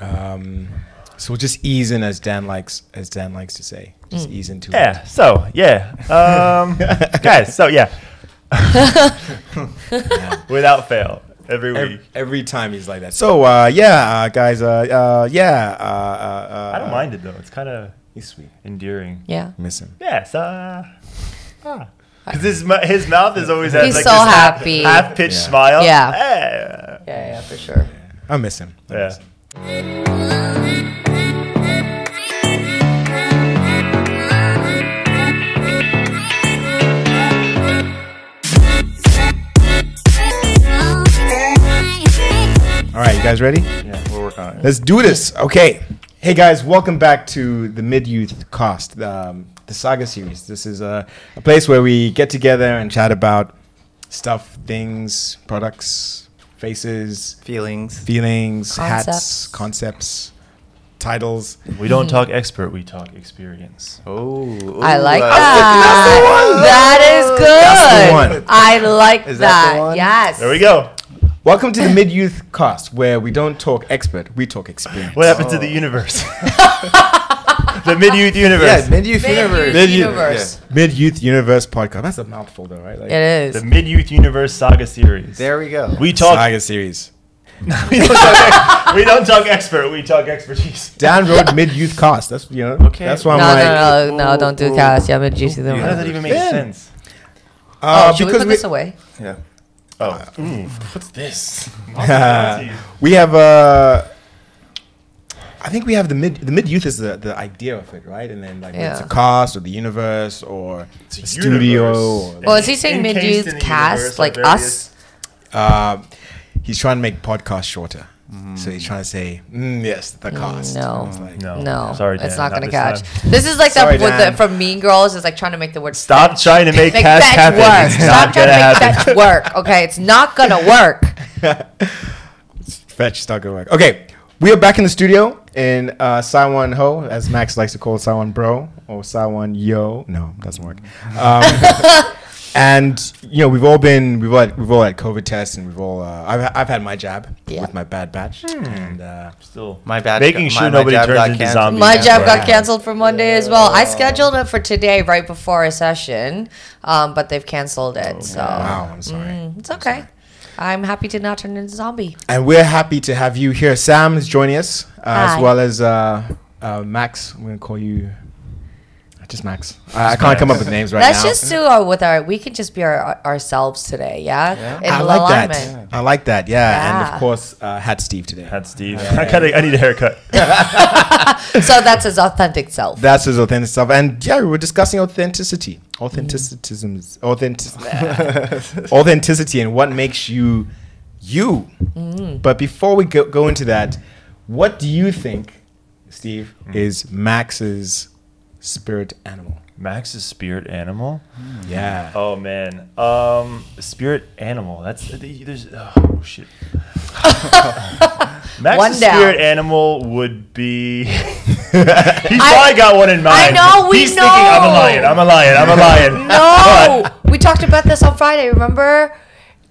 Um, so we'll just ease in, as Dan likes, as Dan likes to say, just ease into Yeah. So yeah, um, guys. So yeah, without fail, every it. week. Every, every time he's like that. So uh, yeah, uh, guys. Uh, uh, yeah. Uh, uh, uh, I don't mind it though. It's kind of He's sweet. endearing. Yeah. Miss him. Yes. Uh, ah. Because his, mu- his mouth is always has He's like so this half- happy. half-pitched Yeah. smile. Yeah. Eh. Yeah, yeah, for sure. I miss him. I Yeah. miss him. All right, you guys ready? Yeah, we're working on it. Let's do this. Okay. Hey guys, welcome back to the Mid Youth Cost, um, the Saga series. This is a, a place where we get together and chat about stuff, things, products, faces, Feelings. feelings, hats, Concepts. concepts, titles. We Mm. don't talk expert. We talk experience. Oh, I ooh, like uh, that. That is good. That's the one. I like Is that that. the one? Yes. There we go. Welcome to the Mid Youth Cost, where we don't talk expert, we talk experience. What happened to the universe? the mid-youth universe. Yeah, mid-youth Mid-youth universe. Mid-youth universe. Mid Youth Universe podcast. That's a mouthful, though, right? Like, It the is. mid-youth universe saga series. There we go. we talk. Saga series. we, don't talk we don't talk expert. We talk expertise. Down road mid youth cost. That's you know. Okay. That's why No, I'm no, like. no, no, ooh, don't do ooh. cast. Yeah, I'm gonna juice them. How does that even make Yeah. sense? Uh, Oh, should we because put this away? Yeah. Oh, ooh, what's this? we have uh I think we have the mid the mid youth is the, the idea of it, right? And then like it's a Yeah. cost or the universe or It's a the studio. universe. Or, Well, is he saying Encased mid in youth the universe cast are like various- us? uh, he's trying to make podcasts shorter, so he's trying to say mm, yes the cost. no. It's like, No, No, Oh sorry, it's Dan, not gonna this catch. time. This is like Sorry, that with the, Dan. from Mean Girls. It's like trying to make the word Stop trying to make make cast fetch happen. work. It's Stop not trying gonna to make happen. fetch work. Okay, it's not gonna work. Fetch stuck at work. Okay, we are back in the studio in uh, Saiwan Ho, as Max likes to call it, Saiwan Bro or Saiwan Yo. No, doesn't work. Um, and you know we've all been we've all had, we've all had COVID tests and we've all uh, I've I've had my jab Yeah. Hmm. with my bad batch and uh, Still, My bad. Making my- sure my nobody job turns got into canceled. zombies. My Yeah. job Yeah. got canceled for Monday as well. I scheduled it for today, right before a session, um, but they've canceled it. So wow I'm sorry. Mm, it's okay. I'm happy to not turn into a zombie. And we're happy to have you here. Sam is joining us uh, as Hi. well as uh, uh, Max. I'm gonna call you uh, just Max. I, I can't come up with names right Let's now. just do our with our. We can just be our, our- ourselves today. Yeah, yeah. I like that. I like that. Yeah. And Yeah. of course, uh, had Steve today. Had Steve. I gotta. I need a haircut. So that's his authentic self. That's his authentic stuff. And yeah, we were discussing authenticity, Mm. authenticitisms, authentic, authenticity, and what makes you you. Mm. But before we go, go into that, what do you think, Steve, Mm. is Max's spirit animal? Max's spirit animal. Yeah. Oh man, um, spirit animal. That's there's oh shit. Max's One down. spirit animal would be. He's probably got one in mind. know, we He's thinking I'm a lion. know." I'm a lion. I'm a lion. No, we talked about this on Friday. Remember,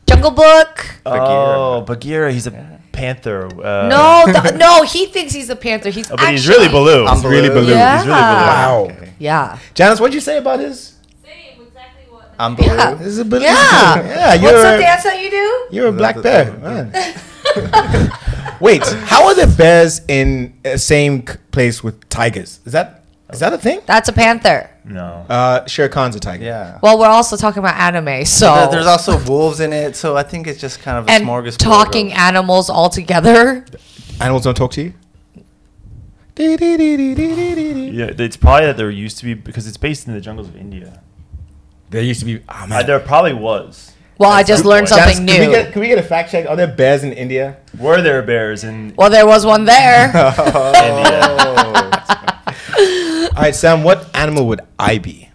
Jungle Book. But, oh, Bagheera. He's a panther. Uh, Oh, No, the, no, he thinks he's a panther. He's but actually, he's really Baloo. I'm really blue. Baloo. Yeah. He's really Baloo. Wow. Yeah, Janice, what'd you say about his? Same, exactly what. I'm blue. Yeah. This is a bit- Yeah. yeah, you're What's the a- dance that you do? You're a Is black that bear. the- man. Wait, how are the bears in the same c- place with tigers? Is that is that a thing? That's a panther. No. Uh, Shere Khan's a tiger. Yeah. Well, we're also talking about anime, so There- There's also wolves in it, so I think it's just kind of a and smorgasbord. talking of- animals all together. Animals don't talk to you. There Yeah, it's probably that there used to be because it's based in the jungles of India. used to be. Oh, Uh, man. there probably was. Well, I That's a just good learned point. something Can we, new. get, can we get a fact check? Are there bears in India? Were there bears in well, there was one there. Oh. India? All right, Sam. What animal would I be?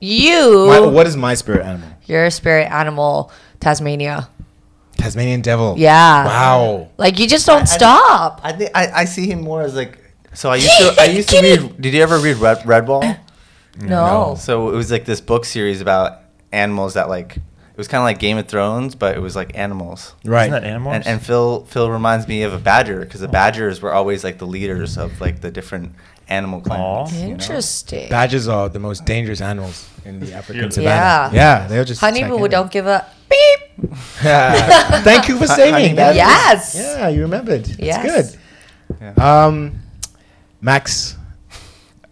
you, My, what is my spirit animal? your spirit animal, Tasmania. Tasmanian devil. Yeah. Wow. Like you just don't I- stop. I think I, I see him more as like. So I used to I used to Kitty. read. Did you ever read Red Redwall? no. So it was like this book series about animals that like It was kind of like Game of Thrones, but it was like animals. Right. Isn't that animals? And, and Phil Phil reminds me of a badger because the badgers were always like the leaders of like the different animal clans. you know? Interesting. Badgers are the most dangerous animals in the African Yeah. savannah. Yeah, they're just Honeybee attacking don't give a beep. Yeah. Thank you for Hon- saving honey that. badgers. Yes. Yeah, you remembered. It's Yes. good. Yeah. Um, Max,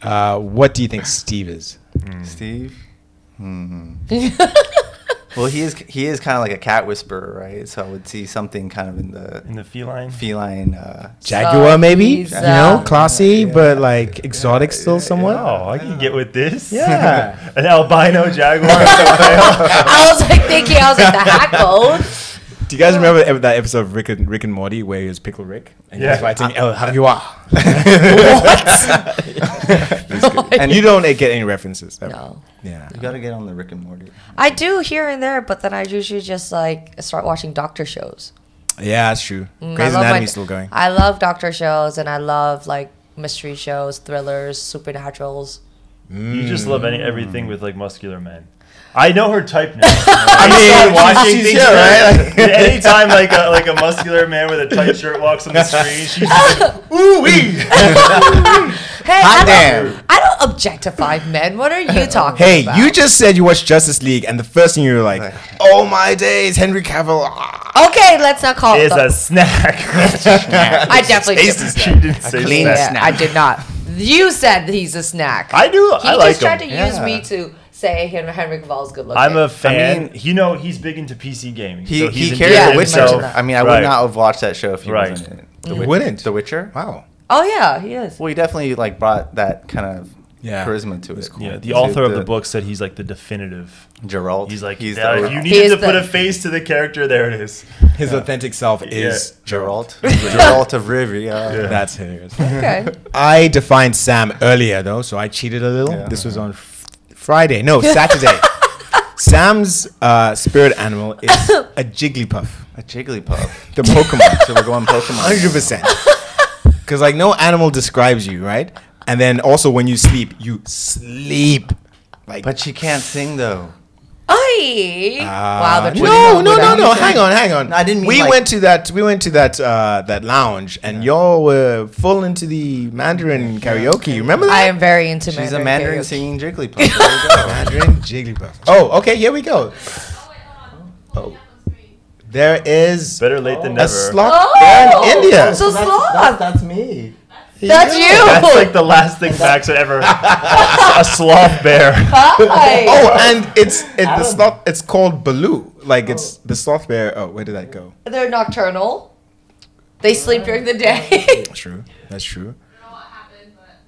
uh, what do you think Steve is? Steve. Hmm. Well, he is he is kind of like a cat whisperer, right? So I would see something kind of in the in the feline. feline. Uh, Jaguar, maybe? he's, you know, uh, classy, yeah, but like exotic yeah, still yeah, somewhat? Oh, I can get with this. Yeah. An albino jaguar. I was like thinking, I was like, the hackle. Do you guys remember ev- that episode of Rick and, Rick and Morty where he was Pickle Rick and he was Yeah. Ah. fighting El Jaguar? What? And you don't eh, get any references. ever. No. Yeah. you got to get on the Rick and Morty. I do here and there, but then I usually just like start watching doctor shows. Yeah, that's true. Mm, I Grey's love my- Anatomy's still going. I love doctor shows and I love like mystery shows, thrillers, supernaturals. You just love any, Hmm. everything with like muscular men. I know her type now. I mean, watching she's things. here, that- right? Anytime like a, like a muscular man with a tight shirt walks on the screen, she's just like, Ooh wee! Hey, I damn. don't, I don't objectify men. What are you talking Hey, about? you just said you watched Justice League, and the first thing you were like, Like- "Oh my days, Henry Cavill!" ah." Okay, let's not call it. "Is the- a snack." I definitely did. she didn't say clean snack. Yeah, snack. I did not. You said he's a snack. I do. he I like just tried him. to use Yeah. me to say Henry, Henry Cavill's good looking. I'm a fan. mean- you know, he's big into PC gaming. He so he's he endeared carried Yeah, The we Witcher. mentioned that. I mean, I Right. would not have watched that show if he Right. wasn't in it. The You Wit- wouldn't? The Witcher. Wow. Oh yeah, he is. Well, he definitely like brought that kind of Yeah. charisma to it. Yeah, the To author of the book said he's like the definitive. Geralt. He's like, he's "Yeah, the if you Geralt. needed is to put the- a face to the character, there it is. His authentic self is Geralt. Geralt of Rivia. That's hilarious. Okay. I defined Sam earlier though, so I cheated a little. Yeah. This was on f- Friday, no Saturday. Sam's uh, spirit animal is a Jigglypuff, A Jigglypuff. the Pokemon. so we're going Pokemon. hundred percent. Because like no animal describes you, right? And then also when you sleep, you sleep. Like But she can't sing though. Ay. wow. uh, The no, no, no, without- no. Hang on, hang on. No, I didn't mean we like- went to that. We went to that uh, that lounge, and y'all were full into the Mandarin karaoke. You remember I that? am very into She's a Mandarin karaoke. singing Jigglypuff. There you go. Mandarin Jigglypuff. Oh, okay. Here we go. Oh, there is Better late than a never. slot Oh, there in India. So sloth. That's, me. you. That's like the last thing Max would ever. a sloth bear. Hi. Oh, and it's it's the sloth. It's called Baloo. Like it's the sloth bear. Oh, where did that go? They're nocturnal. They sleep during the day. That's true. That's true.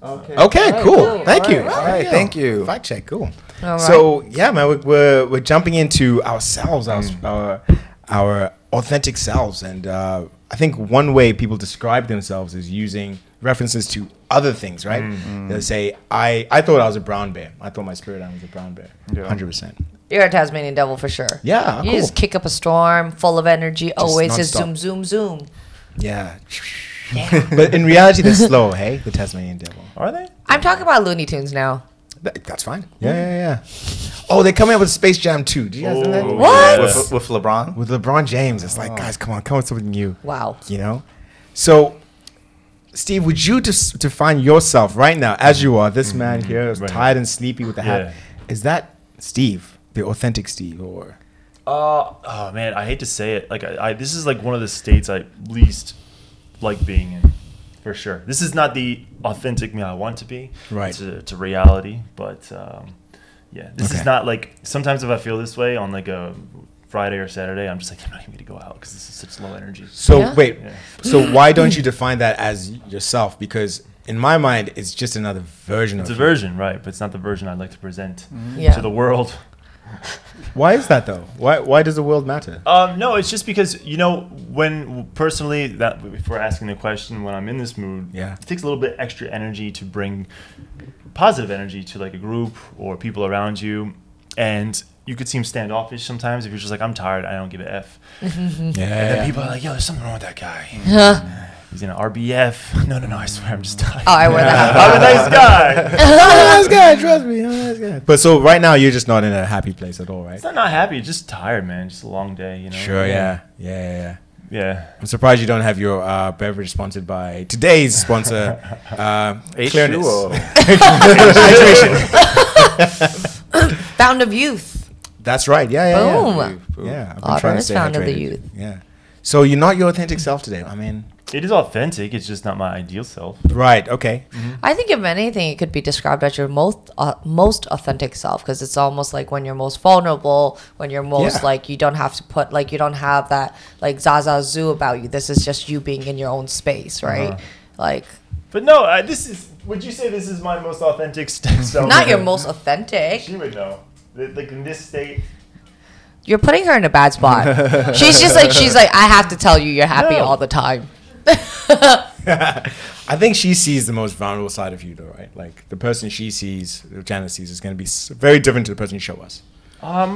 Okay. Okay, cool. cool. Thank you. All right, All all right, thank you. Fact check. Cool. All So yeah, man, we- we're we're jumping into ourselves, our our, our authentic selves, and uh, I think one way people describe themselves is using references to other things, right? They say, "I I thought I was a brown bear. I thought my spirit animal was a brown bear." Yeah. Hundred percent. You're a Tasmanian devil for sure. Yeah, You cool. just kick up a storm, full of energy, always just nonstop. zoom, zoom, zoom. Yeah. but in reality, they're slow. Hey, the Tasmanian devil. Are they? I'm talking about Looney Tunes now. That- that's fine. Yeah, yeah, yeah. Oh, they're coming up with Space Jam 2. Do you guys know that? Ooh, What? yes. With, with LeBron. with LeBron James. It's like, guys, come on, come up with something new. Wow. You know? So, Steve, would you just define yourself right now as you are, this man here is right. tired and sleepy with the Yeah. hat? Is that Steve, the authentic Steve, or Uh, oh man, I hate to say it. Like I, I, this is like one of the states I least like being in, for sure. This is not the authentic me I want to be. Right. It's a, it's a reality, but um, yeah, this Okay. is not like. Sometimes if I feel this way on like a Friday or Saturday, I'm just like I'm not even gonna go out because this is such low energy. So Yeah. wait, Yeah. so why don't you define that as yourself? Because in my mind, it's just another version It's a of. version, right? But it's not the version I'd like to present Mm-hmm. Yeah. to the world. you. Why is that though? Why why does the world matter? Um, no, it's just because you know when personally that if we're asking the question when I'm in this mood, Yeah. it takes a little bit extra energy to bring positive energy to like a group or people around you, and you could seem standoffish sometimes if you're just like I'm tired, I don't give a f. yeah. People are like, yo, there's something wrong with that guy. He's in RBF. No, no, no. I swear, I'm just dying. Oh, I wear the hat. I'm a nice guy. nice guy, Oh, trust me. I'm a nice guy. But so right now you're just not in a happy place at all, right? It's not not happy. Just tired, man. Just a long day, you know. Sure, yeah. Yeah, yeah, yeah. Yeah. I'm surprised you don't have your uh, beverage sponsored by today's sponsor, uh, Clearness. H2O. Found of youth. That's right. Yeah, yeah, yeah. Boom. Yeah, I've been Otter trying to is stay founder of the hydrated. youth. Yeah. So you're not your authentic self today. I mean, It is authentic. It's just not my ideal self. right? Okay. I think if anything, it could be described as your most uh, most authentic self because it's almost like when you're most vulnerable, when you're most Yeah. like you don't have to put like you don't have that like Zaza Zoo about you. This is just you being in your own space, right? Uh-huh. Like But no, I, this is. Would you say this is my most authentic st- self? not your most authentic. She would know. Th- Like in this state. You're putting her in a bad spot. she's just like she's like I have to tell you you're happy No. all the time. I think she sees the most vulnerable side of you, though, right? Like the person she sees, or Janice sees, is going to be s- very different to the person you show us. Um,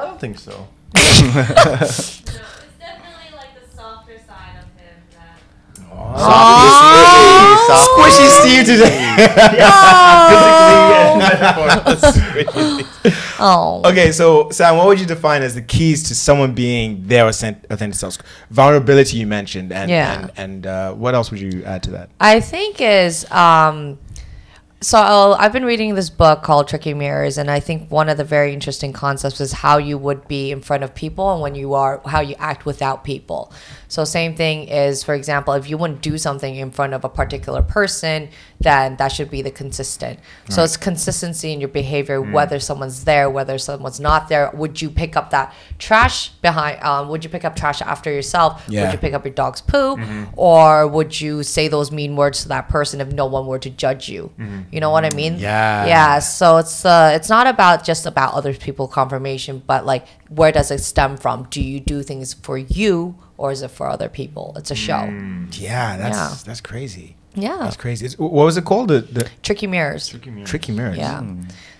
I don't think so. So it's definitely like the softer side of him that Squishy Steve today. Oh, okay, so Sam, what would you define as the keys to someone being their authentic authentic self? Vulnerability you mentioned, and Yeah. and, and uh, what else would you add to that? I think is um, so i I've been reading this book called Tricky Mirrors, and I think one of the very interesting concepts is how you would be in front of people and when you are how you act without people. So same thing is, for example, if you wouldn't do something in front of a particular person, then that should be the consistent. So it's consistency in your behavior, whether someone's there, whether someone's not there. Would you pick up that trash behind? Um, would you pick up trash after yourself? Yeah. Would you pick up your dog's poo, Mm-hmm. or would you say those mean words to that person if no one were to judge you? You know what I mean? Mm-hmm. Yeah. Yeah. So it's uh, it's not about just about other people confirmation, but like where does it stem from? Do you do things for you or is it for other people? It's a show. Mm. Yeah, that's Yeah. that's crazy. Yeah. That's crazy. It's, what was it called? The, the Tricky mirrors. tricky mirrors. Yeah.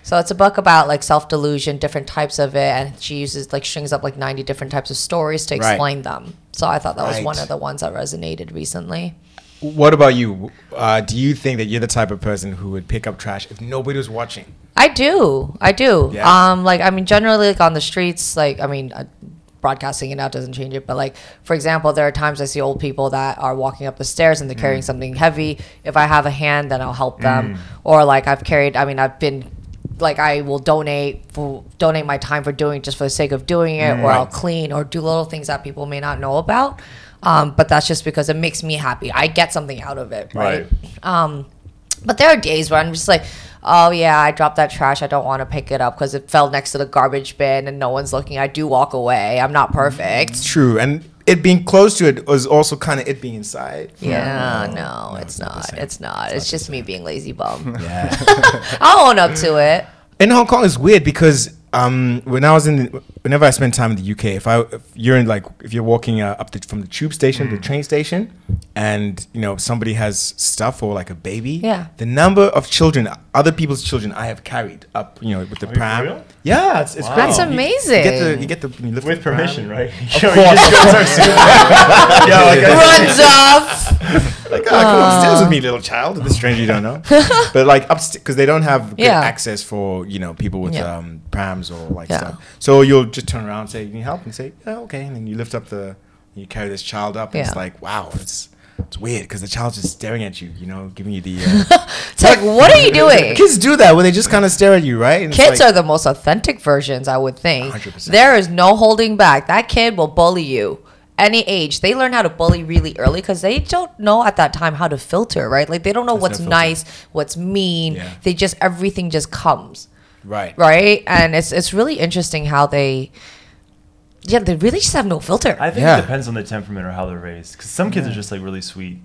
So it's a book about like self delusion, different types of it, and she uses like strings up like ninety different types of stories to Right. explain them. So I thought that was one Right. of the ones that resonated recently. What about you? Uh, do you think that you're the type of person who would pick up trash if nobody was watching? I do. I do. Yeah. Um, like I mean, generally, like on the streets, like I mean, uh, broadcasting it now doesn't change it, but like for example, there are times I see old people that are walking up the stairs and they're carrying something heavy. If I have a hand, then I'll help them. Or like I've carried. I mean, I've been. Like I will donate for donate my time for doing just for the sake of doing it, or I'll clean or do little things that people may not know about. Um, but that's just because it makes me happy. I get something out of it, right? Um, but there are days where I'm just like, oh yeah, I dropped that trash. I don't want to pick it up because it fell next to the garbage bin and no one's looking. I do walk away. I'm not perfect. True, and it being close to it was also kind of it being inside. Yeah, no, it's, not the not. same. It's not. It's, just me being lazy bum. Yeah. I'll own up to it. in Hong Kong is weird because um, when I was in, whenever I spend time in the UK, if I if you're in like if you're walking uh, up the, from the tube station to Mm. the train station, and you know somebody has stuff or like a baby, Yeah. the number of children, other people's children, I have carried up, you know, with the you for pram. real? Yeah, it's, it's Wow. crazy. That's Oh, You- amazing. You get the, you get the you lift With the pram. permission, right? Of Yo, you course. just go start screaming. Yo, like, I- Runs up. Like, oh, come upstairs with me, little child. The stranger you don't know. but like upstairs, because they don't have good Yeah. access for you know people with Yeah. um, prams or like Yeah. stuff. So you'll just turn around, and say, "You need help?" and say, oh, "Okay." And then you lift up the, you carry this child up, and it's Yeah. like, wow, it's it's weird because the child's just staring at you, you know, giving you the. Uh, It's like, what are you doing? kids do that where they just kind of stare at you, right? And it's Kids like- are the most authentic versions, I would think. 100%. There is no holding back. That kid will bully you any age. They learn how to bully really early because they don't know at that time how to filter, right? Like they don't know There's no what's filter. nice, what's mean. Yeah. They just everything just comes, right. right? And it's it's really interesting how they, yeah, they really just have no filter. I think Yeah. it depends on the temperament or how they're raised. Because some kids are just like really sweet.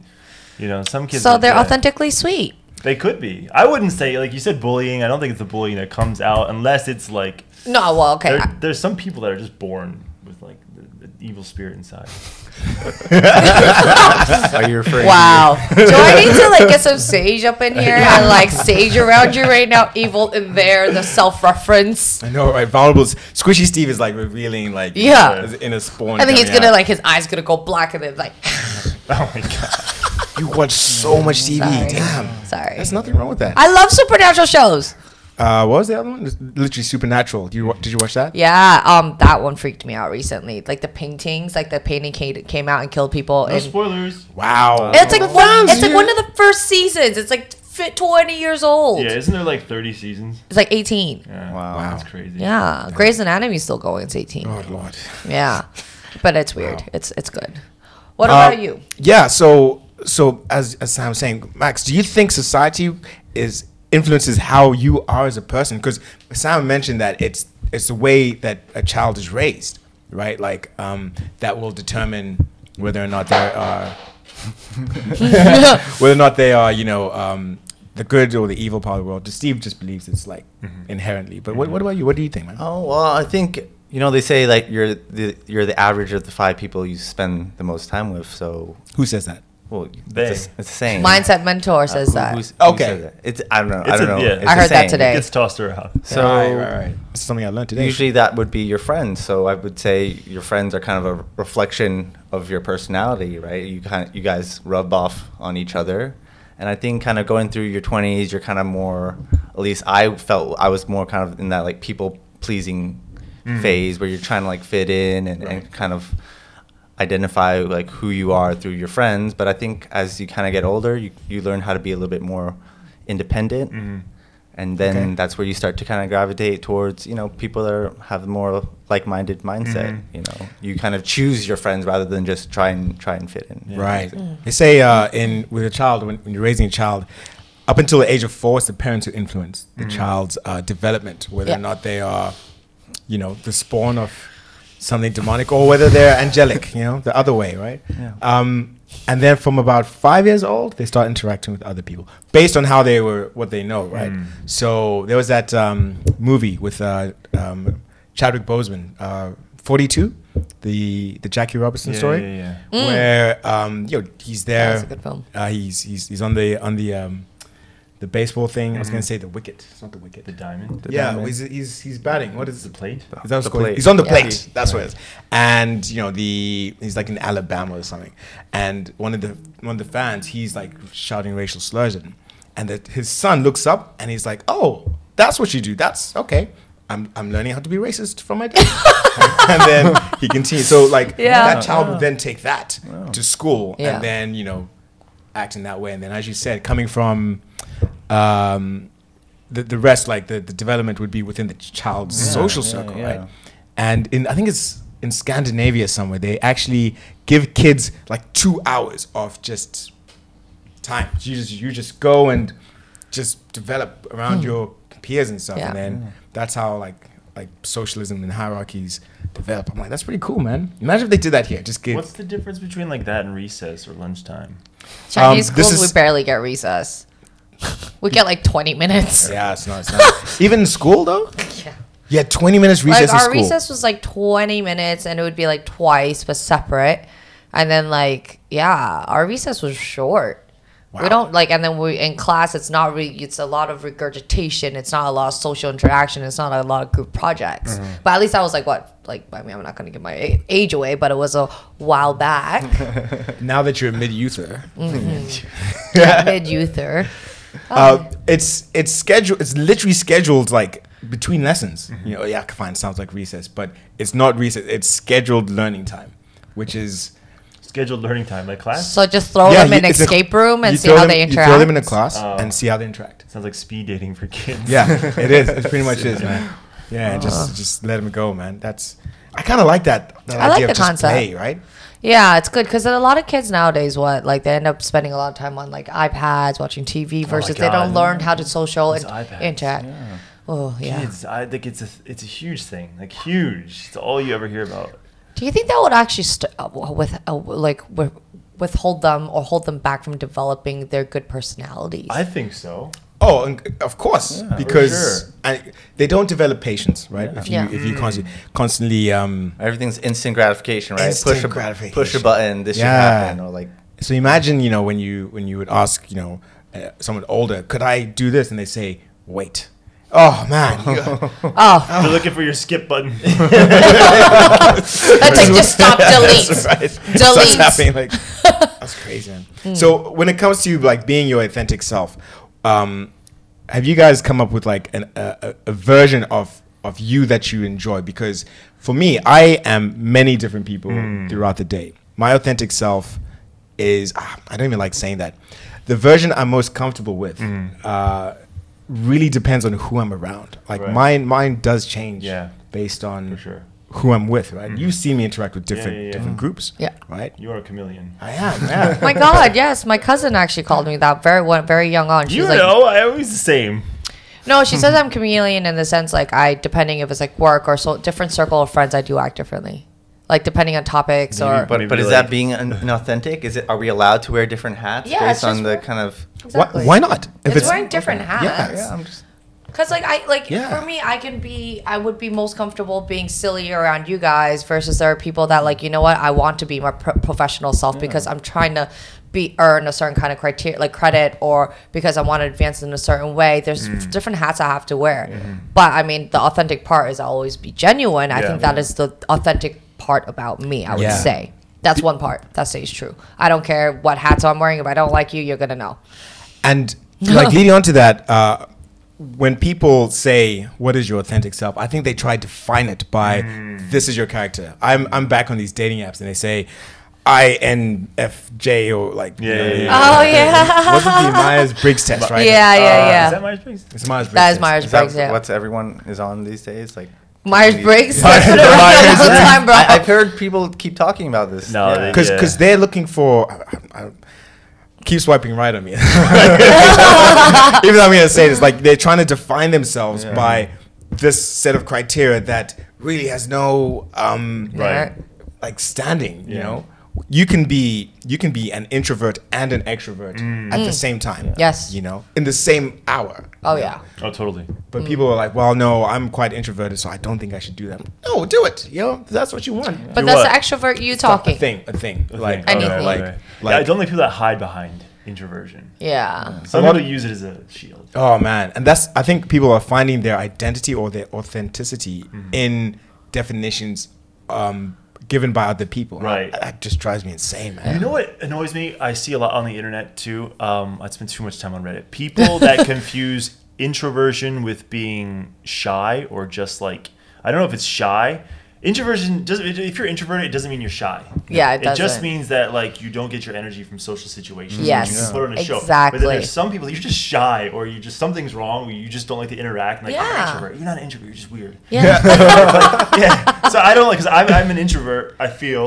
You know, some kids. so are- they're yeah, authentically sweet. They could be. I wouldn't say like you said bullying. I don't think it's the bullying that comes out unless it's like No, well, okay. there, there's some people that are just born with like the, the evil spirit inside. Are you referring? Wow. Do I need to like get some sage up in here and like sage around you right now? Evil in there, the self reference. I know, right? Vulnerable. Squishy Steve is like revealing, like Yeah. his inner spawn. I think he's coming gonna out. like his eyes gonna go black and then like Oh my god. You watch so much TV. Sorry. Damn. Sorry. There's nothing wrong with that. I love supernatural shows. Do Uh, what was the other one? It's Literally Supernatural. Did you, wa- did you watch that? Yeah, um, that one freaked me out recently. Like the paintings, like the painting came, came out and killed people. No and spoilers. Wow. it's like one, it's like dude. one of the first seasons. It's like fi- twenty years old. Yeah, isn't there like 30 seasons? It's like eighteen. Yeah. Wow. That's crazy. Yeah, Grey's Anatomy's still going. It's eighteen. Oh, Lord. Yeah, but it's weird. It's it's good. What Uh, about you? Yeah. So, so as, as Sam's saying, Max, do you think society is influences how you are as a person? Because Sam mentioned that it's it's the way that a child is raised, right? Like um, that will determine whether or not they are whether or not they are, you know, um, the good or the evil part of the world. Steve just believes it's like inherently. But what, what about you? What do you think, man? Oh well, I think you know they say like you're the you're the average of the five people you spend the most time with. So Who says that? well, They. it's, a, it's a saying. Mindset mentor Uh, says who- that. who's- who Okay. says that? It's I don't know. I It's a- don't know. yeah. It's I a heard that saying. today. It gets tossed around. So right, right, right. It's something I learned today. usually that would be your friends. So I would say your friends are kind of a reflection of your personality, right? You kind you guys rub off on each other, and I think kind of going through your twenties, you're kind of more. At least I felt I was more kind of in that like people pleasing Mm. phase where you're trying to like fit in and, and kind of identify like who you are through your friends. But I think as you kind of get older, you you learn how to be a little bit more independent Mm-hmm. and then Okay. that's where you start to kind of gravitate towards you know people that are, have more like-minded mindset Mm-hmm. you know you kind of choose your friends rather than just try and try and fit in Right. They say uh, in with a child when, when you're raising a child, up until the age of four, it's the parents who influence the child's uh, development, whether Yeah. or not they are, you know, the spawn of something demonic or whether they're angelic. You know, the other way, right? Yeah. Um, and then from about five years old, they start interacting with other people based on how they were, what they know, right? So there was that um, movie with uh, um, Chadwick Boseman, uh, 42, the the Jackie Robinson Yeah, story Mm-hmm. yeah, yeah. where um yo he's there. Mm. That was a good film. Uh, he's he's he's on the on the um the baseball thing. I Mm-hmm. was gonna say the wicket. It's not the wicket. The diamond. The yeah, diamond. he's, he's he's batting. What is The plate. Is that what's The called? plate. He's on the Yeah. plate. That's what it is. And you know the he's like in Alabama or something. And one of the one of the fans he's like shouting racial slurs at him. And that his son looks up and he's like, "Oh, that's what you do. That's okay. I'm I'm learning how to be racist from my dad." and then he continues. So like Yeah. Oh. that child would then take that to school Yeah. and then you know acting that way. And then as you said, coming from um, the, the rest, like the, the development would be within the child's social yeah, circle, yeah. right? And in I think it's in Scandinavia somewhere, they actually give kids like two hours of just time. You just you just go and just develop around Hmm. your peers and stuff, Yeah. and then that's how like like socialism and hierarchies develop. I'm like, that's pretty cool, man. Imagine if they did that here. Just give What's the difference between like that and recess or lunchtime? Chinese Um, this schools, is- we barely get recess. We get like 20 minutes. Yeah, it's not. It's not. Even in school though. Yeah. Yeah, 20 minutes recess Like in our school. recess was like 20 minutes and it would be like twice but separate. And then like, yeah, our recess was short. Wow. We don't like, and then we in class. It's not really. It's a lot of regurgitation. It's not a lot of social interaction. It's not a lot of group projects. But at least I was like, what? Like, I mean, I'm not gonna give my a- age away, but it was a while back. now that you're a mid-youther, mid youther. uh, it's it's scheduled. It's literally scheduled like between lessons. Mm-hmm. You know, yeah, fine, sounds like recess, but it's not recess. It's scheduled learning time, which is Scheduled learning time, like class. So just throw yeah, them you- in it's a- escape room and you see throw how them- they interact. You throw them in a class Oh. and see how they interact. Sounds like speed dating for kids. Yeah, it is. It pretty much is, man. Yeah, just just let them go, man. That's I kind of like that. that I like idea the of just concept. Play, right? Yeah, it's good because a lot of kids nowadays, what like they end up spending a lot of time on like iPads, watching Oh TV, versus they God. don't learn how to social Those and iPads, interact. Oh yeah. Kids, I think it's a it's a huge thing, like huge. It's all you ever hear about. Do you think that would actually st- uh, w- with uh, w- like wi- withhold them or hold them back from developing their good personalities? I think so. Oh, and of course, because sure. I, they don't develop patience, right? If you Yeah. if you constantly, constantly um, everything's instant gratification right Instant push a bu- gratification. push a button this Yeah. should happen or like So imagine, you know, when you when you would ask, you know, uh, someone older, could I do this? And they say, wait. Oh man, oh, They're looking for your skip button. that's like just stop, delete, right. Starts Delete. happening, like, That's crazy. man. So when it comes to like being your authentic self, um, have you guys come up with like an, a, a a version of of you that you enjoy? Because for me, I am many different people Hmm. throughout the day. My authentic self is ah, I don't even like saying that. The version I'm most comfortable with Hmm. uh, really depends on who I'm around. Like Right. mine, mine does change Yeah. based on For sure. Hmm. who I'm with. Right? You've seen me interact with different yeah, yeah. different groups. Yeah. Right. You are a chameleon. I am. Yeah. my God, yes. My cousin actually called me that very one, very young on. She you was like, know, I always the same. No, she says I'm chameleon in the sense like I, depending if it's like work or so different circle of friends, I do act differently, like depending on topics or. But, Maybe but is like- that being un- inauthentic? Is it are we allowed to wear different hats Yeah, it's based on just the wear- kind of Why, Exactly. why not? It's, wearing different Yeah, hats. yeah, I'm just Cause like I like Yeah. for me I can be I would be most comfortable being silly around you guys versus there are people that like you know what I want to be my pro- professional self because I'm trying to be earn a certain kind of criteria like credit or because I want to advance in a certain way. There's different hats I have to wear, but I mean the authentic part is I'll always be genuine. I Yeah. think that is the authentic part about me. I would Yeah. say that's one part that stays true. I don't care what hats I'm wearing. If I don't like you, you're gonna know. And like leading on to that, uh, when people say, "What is your authentic self?" I think they try to define it by, "This is your character." I'm I'm back on these dating apps, and they say. INFJ or like Yeah, you know, yeah, yeah. like, Oh, like, yeah. what's the Myers Briggs test right Yeah, yeah, yeah. Uh, Is that my space? it's Myers Briggs that is Myers is that Briggs. Yeah. what's everyone is on these days? Like Myers these- Briggs. Yeah. That's what I Myers- read all the time, bro. I, I've heard people keep talking about this. No, they- because Yeah. because they're looking for I, I, I- keep swiping right on me even though i'm gonna say this like they're trying to define themselves by this set of criteria that really has no um Right. like standing you Yeah. know you can be you can be an introvert and an extrovert Mm. at the same time Mm. Yes. you know in the same hour Oh yeah. Mm. Oh, totally. but people are like well no i'm quite introverted so i don't think i should do that no do it you know that's what you want But Do that's what? the extrovert you a talking. thing a thing like Okay, you know, Anything. like okay. like Oh, yeah, I don't like people that hide behind introversion. Yeah. Some A lot people use it as a shield. Oh man, and that's I think people are finding their identity or their authenticity Mm-hmm. in definitions um, given by other people. Right. that, that just drives me insane, man. You know what annoys me? I see a lot on the internet too. Um, I spend too much time on Reddit. People that confuse introversion with being shy or just like I don't know if it's shy. Introversion doesn't. If you're introverted, it doesn't mean you're shy. Yeah, it It just doesn't. means that like you don't get your energy from social situations. which Yes, you can put on a show. But exactly. then there's some people you're just shy or you just something's wrong. Or you just don't like to interact. And, like you're an Yeah. introvert. You're not an introvert. You're just weird Yeah. yeah. So I don't like because I'm, I'm an introvert. I feel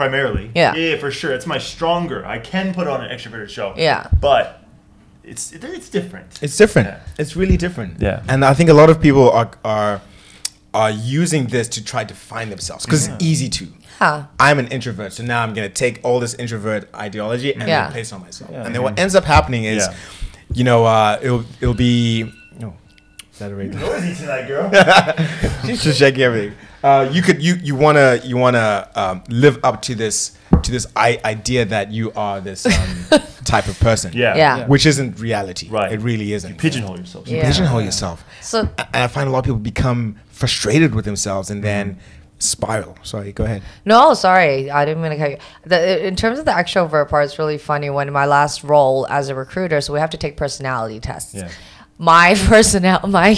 primarily. Yeah. Yeah, for sure. It's my stronger. I can put on an extroverted show. Yeah. But it's it, it's different. It's different. Yeah. It's really different. Yeah. And I think a lot of people are are are using this to try to find themselves because it's easy to. Yeah. I'm an introvert, so now I'm gonna take all this introvert ideology and Yeah. place it on myself. and then what ends up happening is, Yeah. you know, uh, it'll it'll be. No, is that a radio? noisy tonight, girl. She's just shaking everything. Uh, you could you you wanna you wanna um, live up to this to this I- idea that you are this um, type of person. Yeah. Yeah. Which isn't reality. Right. It really isn't. Pigeonhole yourself. Yeah. Pigeonhole yourself. So A- And I find a lot of people become frustrated with themselves and then Mm-hmm. spiral. Sorry, go ahead. no, sorry, I didn't mean to cut you. The, in terms of the extrovert part, it's really funny. When my last role as a recruiter, so we have to take personality tests. Yeah. My personnel, my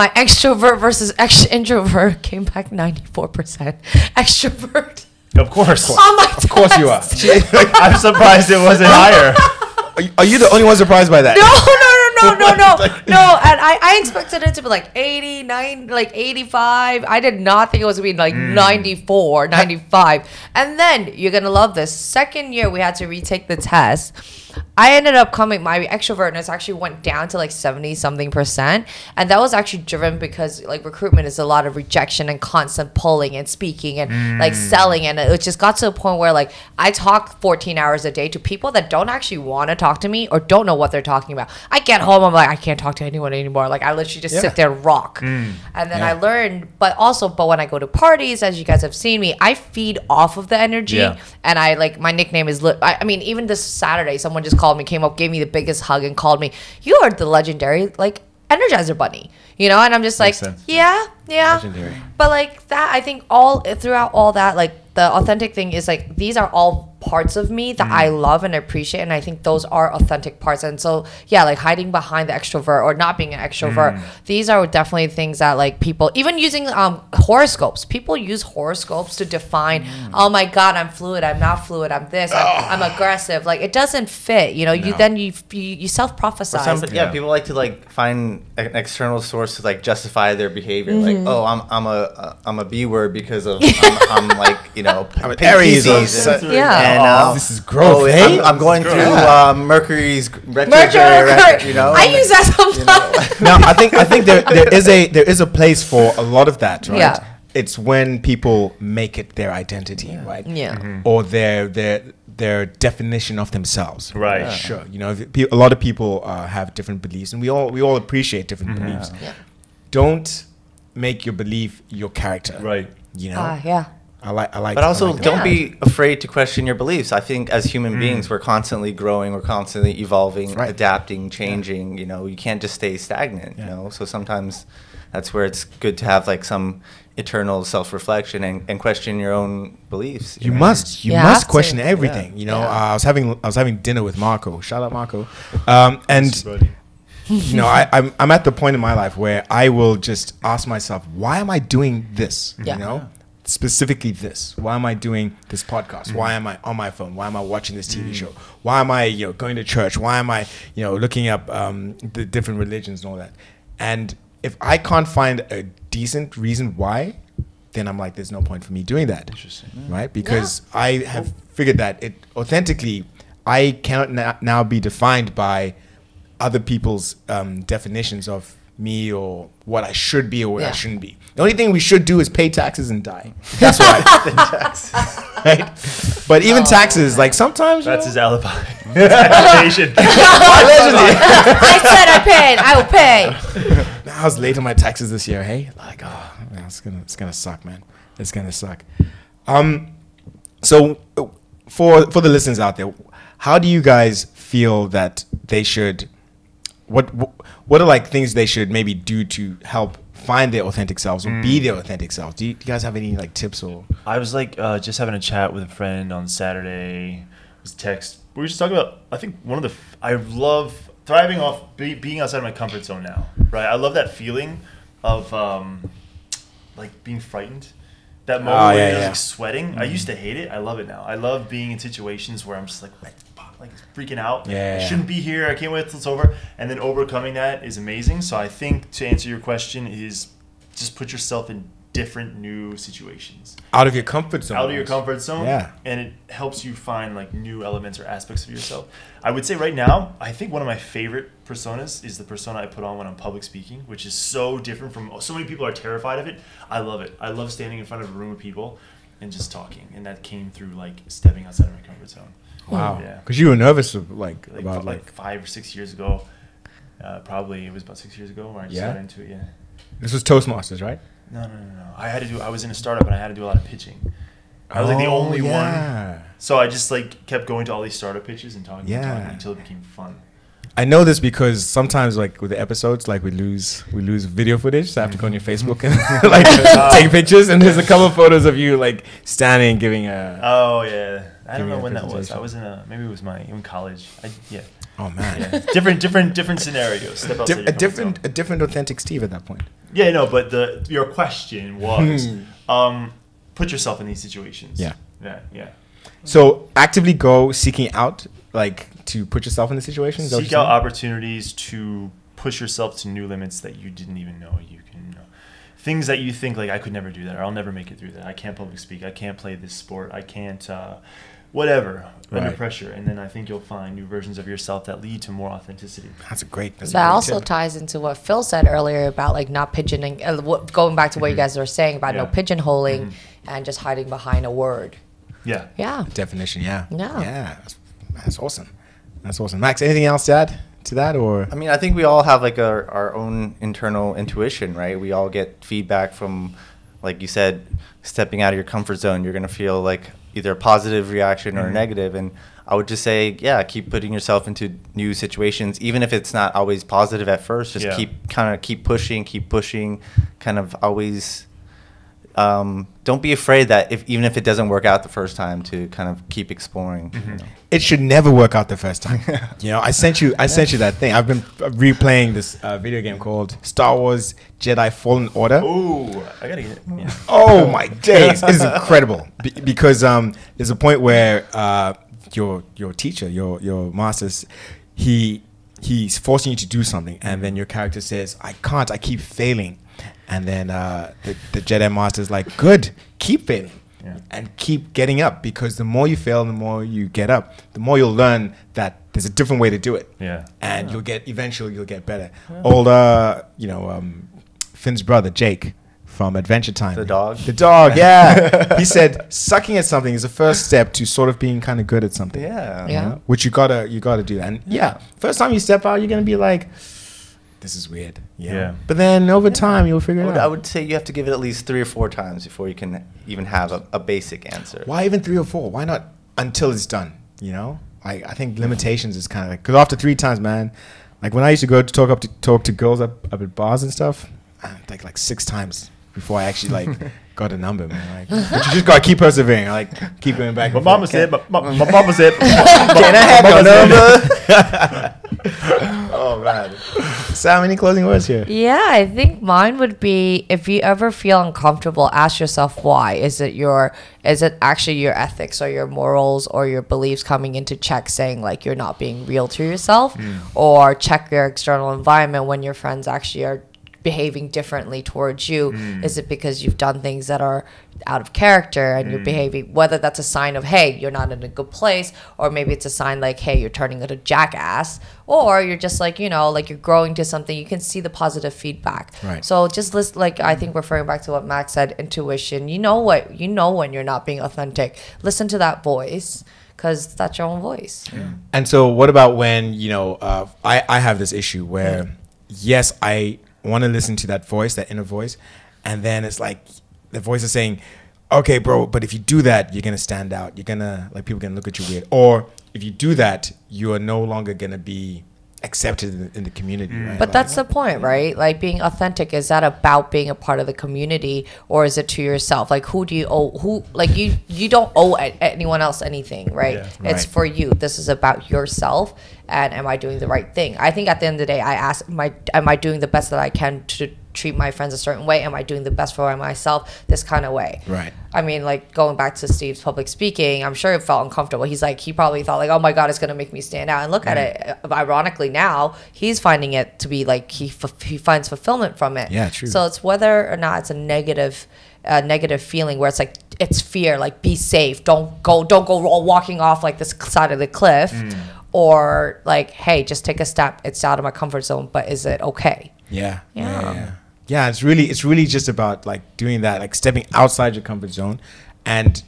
my extrovert versus ex- introvert came back ninety four percent extrovert. Of course. Oh my! Of course you are. I'm surprised it wasn't higher. Are you, are you the only one surprised by that? No, no, no, no, no, no. No, and I, I expected it to be like 89, like 85. I did not think it was going to be like 94, 95. And then you're going to love this. Second year, we had to retake the test. I ended up coming, my extrovertness actually went down to like 70 something percent. And that was actually driven because like recruitment is a lot of rejection and constant pulling and speaking and like selling. And it just got to the point where like I talk 14 hours a day to people that don't actually want to talk to me or don't know what they're talking about. I get home, I'm like, I can't talk to anyone anymore. Like I literally just Yeah. sit there and rock. And then I Yeah. learned, but also, but when I go to parties, as you guys have seen me, I feed off of the energy. Yeah. And I like, my nickname is, lit I, I mean, even this Saturday, someone just called me, came up, gave me the biggest hug and called me, you are the legendary, like, Energizer Bunny, you know? And I'm just like, sense. yeah, yeah. Legendary. But like that, I think all throughout all that, like the authentic thing is like these are all parts of me that Mm. I love and appreciate. And I think those are authentic parts. And so, yeah, like hiding behind the extrovert or not being an Mm. extrovert, these are definitely things that like people, even using um, horoscopes, people use horoscopes to define, Mm. oh my God, I'm fluid, I'm not fluid, I'm this, I'm, I'm aggressive. Like it doesn't fit, you know, you No. then you, you, you self Or prophesize. some, yeah, Yeah. people like to like find an external source to like justify their behavior. Mm-hmm. Like, oh, I'm I'm a I'm a B word because of I'm, I'm like you know I'm an pink Aries or season. so- Yeah. And, uh, This is growth, oh, eh? I'm, I'm going This through is growth. uh, Mercury's retrograde. Mercury, You know, I and- use that sometimes. now I think I think there, there is a there is a place for a lot of that, right? Yeah. It's when people make it their identity, right? Yeah. Or their their their definition of themselves. Right. Yeah. Sure. You know, if pe- a lot of people uh, have different beliefs, and we all we all appreciate different beliefs. Yeah. Don't make your belief your character. Right. You know. Ah, yeah. I like I like. But I also, like that. Mm. don't Yeah. be afraid to question your beliefs. I think as human beings, we're constantly growing, we're constantly evolving, Right. adapting, changing. You know, you can't just stay stagnant. Yeah. You know, so sometimes that's where it's good to have like some eternal self-reflection and, and question your own beliefs. You know? must. You Yeah, have must to. question everything. You know, Yeah. uh, I was having I was having dinner with Marco. Shout out Marco. Um, and Buddy. you know, I, I'm I'm at the point in my life where I will just ask myself, why am I doing this? Yeah. You know, specifically this. Why am I doing this podcast? Why am I on my phone? Why am I watching this TV show? Why am I you know going to church? Why am I you know looking up um, the different religions and all that? And if I can't find a decent reason why, then I'm like, there's no point for me doing that. Interesting. Right? Because I have figured that it authentically, I cannot na- now be defined by other people's um, definitions of me or what I should be or what Yeah. I shouldn't be. The only thing we should do is pay taxes and die. That's what I right? But Oh, even taxes, like sometimes. That's his you know, alibi. Expectation. allegedly. I said I paid. I will pay. I was late on my taxes this year. Hey, like, oh, man, it's gonna, it's gonna suck, man. It's gonna suck. Um, so uh, for for the listeners out there, how do you guys feel that they should? What wh- what are like things they should maybe do to help find their authentic selves or be their authentic selves? Do you, do you guys have any like tips or? I was like uh, just having a chat with a friend on Saturday. It was text. We were just talking about. I think one of the f- I love thriving off be, being outside my comfort zone now. Right. I love that feeling of um, like being frightened. That moment Ah, where yeah, you're yeah. Mm-hmm. like sweating. I used to hate it. I love it now. I love being in situations where I'm just like, "What the fuck?" like it's freaking out. Yeah. I shouldn't be here. I can't wait till it's over. And then overcoming that is amazing. So I think to answer your question is just put yourself in different new situations Out of your comfort zone. out of your comfort zone Yeah. and it helps you find like new elements or aspects of yourself i would say right now i think one of my favorite personas is the persona i put on when i'm public speaking which is so different from so many people are terrified of it i love it i love standing in front of a room of people and just talking and that came through like stepping outside of my comfort zone Wow. Yeah. Because you were nervous of, like, like, about fi- like like five or six years ago uh, probably it was about six years ago where i just Yeah? got into it yeah this was Toastmasters, right? no no no no i had to do i was in a startup and i had to do a lot of pitching i was like the only one Oh, yeah. so I just like kept going to all these startup pitches and talking, and Yeah. talking until it became fun. I know this because sometimes, like with the episodes, like we lose we lose video footage. So I have to go on your Facebook and like take pictures. And there's a couple of photos of you like standing giving a. Oh yeah, I Give don't me know a when that was. I presentation. was in a maybe it was my in college. I, yeah, Oh man, yeah. different different different scenarios. Step outside Dif- your a comfort different uh, zone. a different authentic Steve at that point. Yeah, no, but the your question was, um, put yourself in these situations. Hmm. Yeah. yeah, yeah. So actively go seeking out like to put yourself in the situation. is that what Seek you're out saying? opportunities to push yourself to new limits that you didn't even know you can know. Things that you think like I could never do that, or I'll never make it through that. I can't public speak. I can't play this sport. I can't, uh, whatever, under Right. pressure. And then I think you'll find new versions of yourself that lead to more authenticity. That's a great. That's that a great also tip. ties into what Phil said earlier about like not pigeoning, uh, what, going back to what you guys were saying about no Yeah. pigeonholing and just hiding behind a word. Yeah. Yeah. definition. Yeah. Yeah. Yeah. That's, that's awesome. That's awesome. Max, anything else to add to that or? I mean, I think we all have like our, our own internal intuition, right? We all get feedback from, like you said, stepping out of your comfort zone. You're going to feel like either a positive reaction or a negative. And I would just say, yeah, keep putting yourself into new situations, even if it's not always positive at first. Just Yeah. keep kind of keep pushing, keep pushing, kind of always um, don't be afraid that if even if it doesn't work out the first time, to kind of keep exploring. you know. it should never work out the first time. you know, I sent you, I sent you that thing. I've been replaying this uh, video game called Star Wars Jedi Fallen Order. Ooh, I gotta get it. Yeah. Oh my days! It is incredible Be- because um, there's a point where uh, your your teacher, your your master's, he he's forcing you to do something, and then your character says, "I can't. I keep failing," and then uh, the, the Jedi master's like, "Good, keep failing." Yeah. And keep getting up because the more you fail, the more you get up. The more you'll learn that there's a different way to do it, Yeah. and you'll get eventually you'll get better. Old, uh, you know, um, Finn's brother Jake from Adventure Time. The dog? The dog, yeah. he said sucking at something is the first step to sort of being kind of good at something. Yeah. Yeah. Which you gotta you gotta do. And yeah, first time you step out, you're gonna be like, This is weird. Yeah. Yeah. But then over time you'll figure I it would, out. I would say you have to give it at least three or four times before you can even have a, a basic answer. Why even three or four? Why not until it's done? You know? Like I think limitations is kinda like because after three times, man, like when I used to go to talk up to talk to girls up, up at bars and stuff, I think like six times before I actually like got a number, man. Like but you just gotta keep persevering, like keep going back. My and forth. mama said. My, my, my mama said. Can I have your Mama said- number? oh man. Sam, any closing words here? Yeah, I think mine would be if you ever feel uncomfortable, ask yourself why. Is it your is it actually your ethics or your morals or your beliefs coming into check saying like you're not being real to yourself or check your external environment when your friends actually are behaving differently towards you? Is it because you've done things that are out of character and you're behaving whether that's a sign of hey, you're not in a good place or maybe it's a sign like hey, you're turning into jackass or you're just like, you know, like you're growing to something, you can see the positive feedback. Right. So just list like I think referring back to what Max said, intuition. You know what you know when you're not being authentic. Listen to that voice because that's your own voice. And so, what about when you know uh, I I have this issue where yes, I want to listen to that voice, that inner voice, and then it's like the voice is saying, "Okay, bro, but if you do that, you're gonna stand out. You're gonna like people gonna look at you weird, or if you do that, you are no longer gonna be accepted in, in the community." Right? But Like- that's the point, right? Like being authentic is that about being a part of the community or is it to yourself? Like who do you owe who like you you don't owe a- anyone else anything, right? Yeah. It's Right. for you. This is about yourself and am I doing the right thing? I think at the end of the day I ask am I am I doing the best that I can to treat my friends a certain way? Am I doing the best for myself this kind of way? Right. I mean, like going back to Steve's public speaking, I'm sure it felt uncomfortable. He's like, he probably thought like, oh my god, it's gonna make me stand out. And look at it. uh, Ironically, now he's finding it to be like he f- he finds fulfillment from it. Yeah, true. So it's whether or not it's a negative, uh, negative feeling where it's like it's fear, like be safe, don't go, don't go ro- walking off like this side of the cliff, Mm. or like, hey, just take a step. It's out of my comfort zone, but is it okay? Yeah. Yeah. Yeah. yeah. Yeah, it's really it's really just about like doing that, like stepping outside your comfort zone and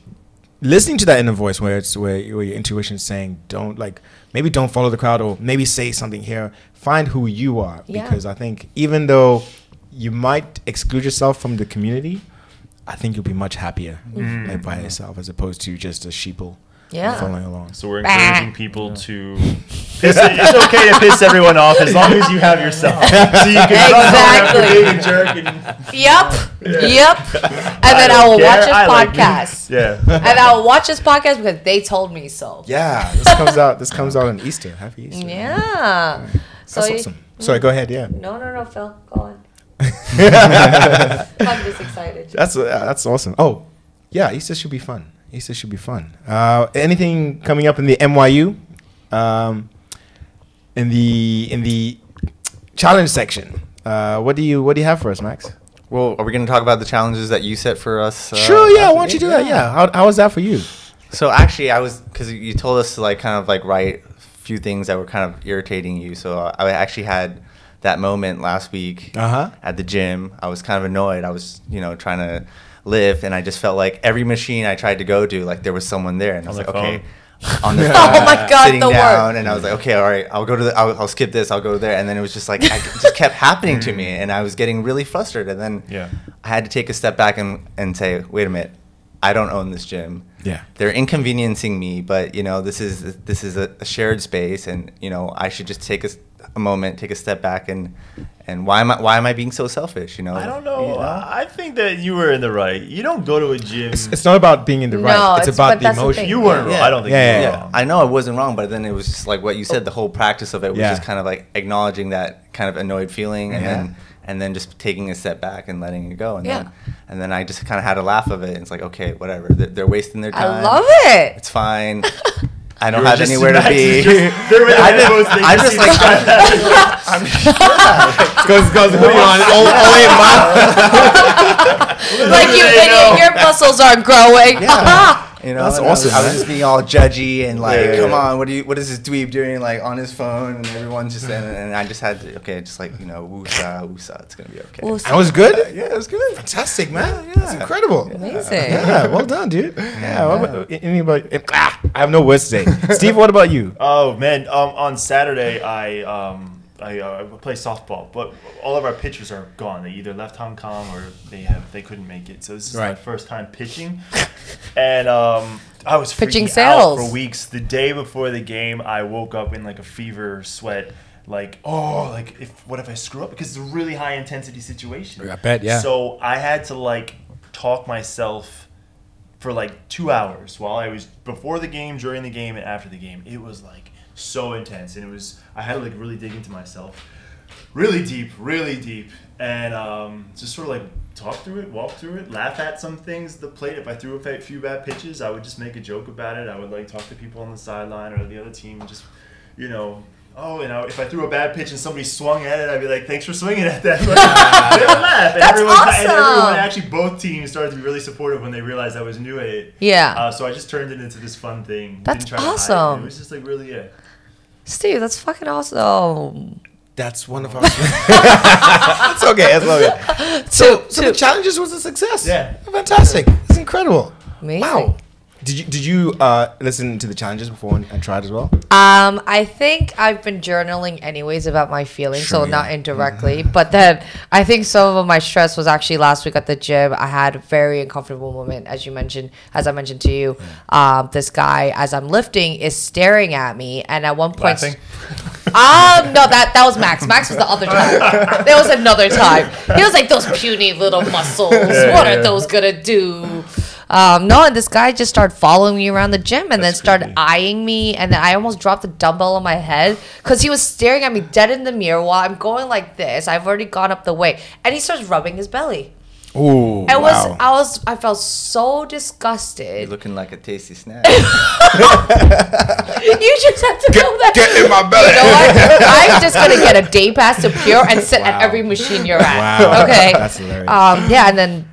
listening to that inner voice where it's where, where your intuition is saying don't like maybe don't follow the crowd or maybe say something here. Find who you are Yeah. because I think even though you might exclude yourself from the community, I think you'll be much happier Mm. like by yourself as opposed to just a sheeple Yeah. following along. So we're Bah. encouraging people to. Piss, it's okay to piss everyone off as long as you have yourself. So you can run home after Exactly. being a jerk and Yep. Yep. And then I, don't will care, watch his I like me. podcast. yeah. and I'll watch this podcast because they told me so. Yeah, this comes out this comes out on Easter. Happy Easter. Yeah. So That's you- awesome. Sorry, go ahead, yeah. No, no, no, Phil, go on. I'm just that's excited. uh, that's awesome. Oh, yeah, Easter should be fun. Easter should be fun. Uh, anything coming up in the NYU, um, in the in the challenge section? Uh, what do you what do you have for us, Max? Well, are we going to talk about the challenges that you set for us? uh, sure, yeah. after Why don't you this? do that? Yeah. How how was that for you? So actually, I was because you told us to like kind of like write a few things that were kind of irritating you. So uh, I actually had that moment last week Uh-huh. at the gym. I was kind of annoyed. I was you know trying to lift, and I just felt like every machine I tried to go to, like there was someone there, and I was On like, the okay. phone. On the Oh phone, my God, sitting the worst. down, and I was like, okay, all right, I'll go to the, I'll, I'll skip this, I'll go to there, and then it was just like, I, it just kept happening to me, and I was getting really frustrated, and then Yeah. I had to take a step back and, and say, wait a minute, I don't own this gym Yeah. they're inconveniencing me but you know this is this is a, a shared space and you know i should just take a, s- a moment take a step back and And why am I why am I being so selfish? You know. I don't know. You I think that you were in the right. You don't go to a gym. It's, it's not about being in the No, right. It's, it's- about but the that's the emotion. thing. you weren't wrong. Yeah. I don't think Yeah, you were yeah, wrong. I know I wasn't wrong, but then it was just like what you said. The whole practice of it was Yeah. just kind of like acknowledging that kind of annoyed feeling, and Yeah. then and then just taking a step back and letting it go. And Yeah. then and then I just kind of had a laugh of it. And it's like okay, whatever. They're, they're wasting their time. I love it. It's fine. I don't You were have just- anywhere to Max be. is just- they're really I just- close, they I can just see like- the- I'm sure. Because because put you on all, Oh, all in my- like you They know. idiot, your muscles are growing. Yeah. You know, That's and I was- awesome, I was man. just being all judgy and like, Yeah, yeah, come yeah. on, what do you, what is this dweeb doing? Like on his phone, and everyone's just, and, and I just had to, okay, just like you know, woosah, woosah, it's gonna be okay. Ooh, That was good. Yeah, it was good. Fantastic, man. Yeah, That's yeah. incredible. amazing. Yeah, well done, dude. Yeah. What about, anybody? Ah, I have no words today. Steve, what about you? Oh man, um, on Saturday I um, I uh, play softball, but all of our pitchers are gone. They either left Hong Kong or they have they couldn't make it. So this is my Right. first time pitching, and um, I was Pitching freaking out sales. for weeks. The day before the game, I woke up in like a fever sweat. Like oh like if what if I screw up because it's a really high intensity situation. I bet, yeah. So I had to like talk myself for like two hours while I was before the game, during the game, and after the game. It was like so intense, and it was I had to like really dig into myself, really deep, really deep, and um, just sort of like talk through it, walk through it, laugh at some things. at The plate. If I threw a fa- few bad pitches, I would just make a joke about it. I would like talk to people on the sideline or the other team, and just you know. Oh, you know, if I threw a bad pitch and somebody swung at it, I'd be like, "Thanks for swinging at that." they would laugh, and That's everyone, and everyone awesome. actually both teams started to be really supportive when they realized I was new at it. Yeah. Uh, so I just turned it into this fun thing. That's to hide it. awesome. It was just like really it. Steve, that's fucking awesome. That's one of our. That's okay. That's okay. So, so the challenges was a success. Yeah. Fantastic. It's incredible. Amazing. Wow. Did you did you uh, listen to the challenges before and, and try it as well? Um, I think I've been journaling anyways about my feelings, so Sure, yeah. Mm-hmm. not indirectly. but then I think some of my stress was actually last week at the gym. I had a very uncomfortable moment, as you mentioned, as I mentioned to you. Um, this guy, as I'm lifting, is staring at me, and at one point, Laughing? um, no, that that was Max. Max was the other time. There was another time. He was like those puny little muscles. what are those gonna do? Um, no, and this guy just started following me around the gym and then That's started creepy. eyeing me, and then I almost dropped the dumbbell on my head because he was staring at me dead in the mirror while I'm going like this. I've already gone up the way, and he starts rubbing his belly. Ooh. I was, I was, I felt so disgusted. You're looking like a tasty snack. you just have to know that. in my belly. You know what? I'm just gonna get a day pass to Pure and sit at every machine you're at. Wow. Okay. That's hilarious. Um, yeah, and then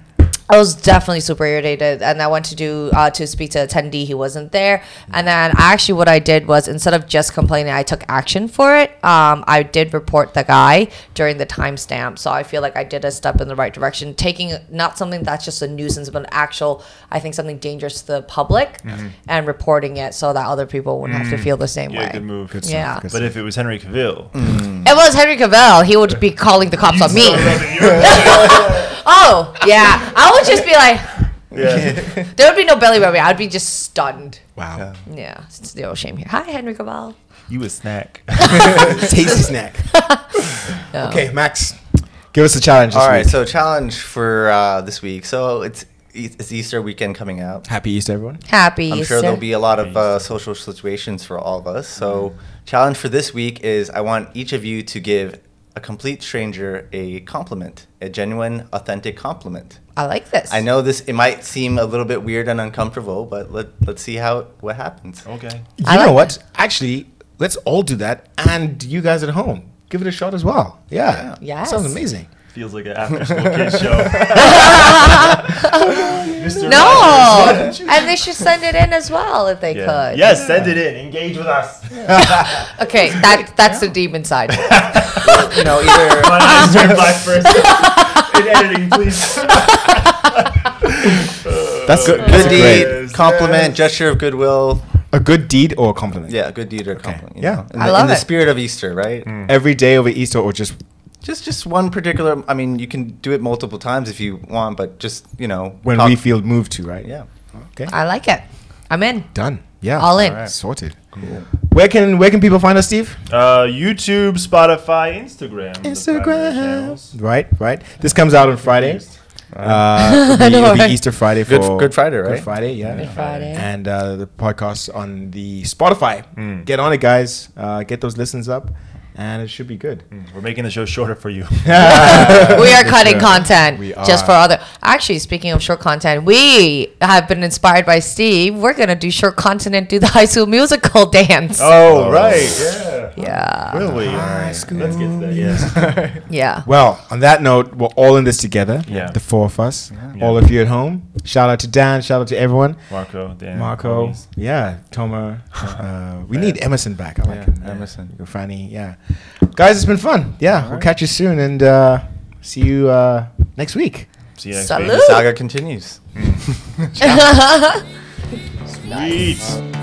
I was definitely super irritated, and I went to do uh, to speak to attendee. He wasn't there, and then actually, what I did was instead of just complaining, I took action for it. Um, I did report the guy during the timestamp, so I feel like I did a step in the right direction, taking not something that's just a nuisance, but an actual, I think, something dangerous to the public, Mm-hmm. and reporting it so that other people wouldn't have Mm. to feel the same way. move. Good stuff, Yeah. good But if it was Henry Cavill, Mm. It was Henry Cavill. He would be calling the cops on me. Oh, yeah. I would just be like, yeah. there would be no belly rubbing. I'd be just stunned. Wow. Yeah, it's no shame here. Hi, Henry Cavill. you a snack. Tasty snack. No. Okay, Max, give us a challenge. This All right, week. so challenge for uh, this week. So it's it's Easter weekend coming out. happy Easter, everyone. Happy I'm Easter. sure there'll be a lot of uh, social situations for all of us. So, Mm-hmm. challenge for this week is I want each of you to give a complete stranger a compliment, a genuine, authentic compliment. I like this. I know this; it might seem a little bit weird and uncomfortable, but let let's see how what happens. okay. You I know like what? Actually, let's all do that, and you guys at home, give it a shot as well. Yeah. Yes. Sounds amazing. Feels like an after school kids show. Mr. Rogers. No. and they should send it in as well if they Yeah. could. Yes, send it in. Engage with us. Okay, that that's the demon side. You know, either My eyes turned black first. in editing, please. Uh, That's good. good deed, Great. compliment, gesture of goodwill. A good deed or a compliment. Yeah, good deed or compliment. you yeah. Hmm. know, in I the, love in the it. spirit of Easter, right? Every day over Easter or just Just just one particular. I mean, you can do it multiple times if you want, but just you know when talk- we feel moved to, right? yeah. Okay. I like it. I'm in. Done. Yeah. All in. Sorted. Where can where can people find us, Steve? Uh, YouTube, Spotify, Instagram. the primary channels. Instagram. Right, right. This comes out on Friday. Uh, I it'll be, know, it'll be right? Easter Friday for Good- Good Friday, right? Good Friday, yeah. Good Friday. And uh, the podcast on the Spotify. Get on it, guys. Uh, get those listens up, and it should be good. Uh, We're making the show shorter for you. we are Yes, cutting sir. content We just are. for other. Actually, speaking of short content, we have been inspired by Steve. We're gonna do short content and do the High School Musical dance. oh, right. Yeah. Yeah, Really? Let's get to that. Yes. yeah. Well, on that note, we're all in this together. Yeah. The four of us. Yeah. All of you at home. Shout out to Dan. Shout out to everyone. Marco, Dan. Marco. homies. Yeah. Toma. Uh, we need Emerson back. I like Yeah, him. Emerson. Franny. Yeah. Guys, it's been fun. Yeah. we'll catch you soon and uh, see you uh, next week. See you next Salute. week. Saga continues. Sweet.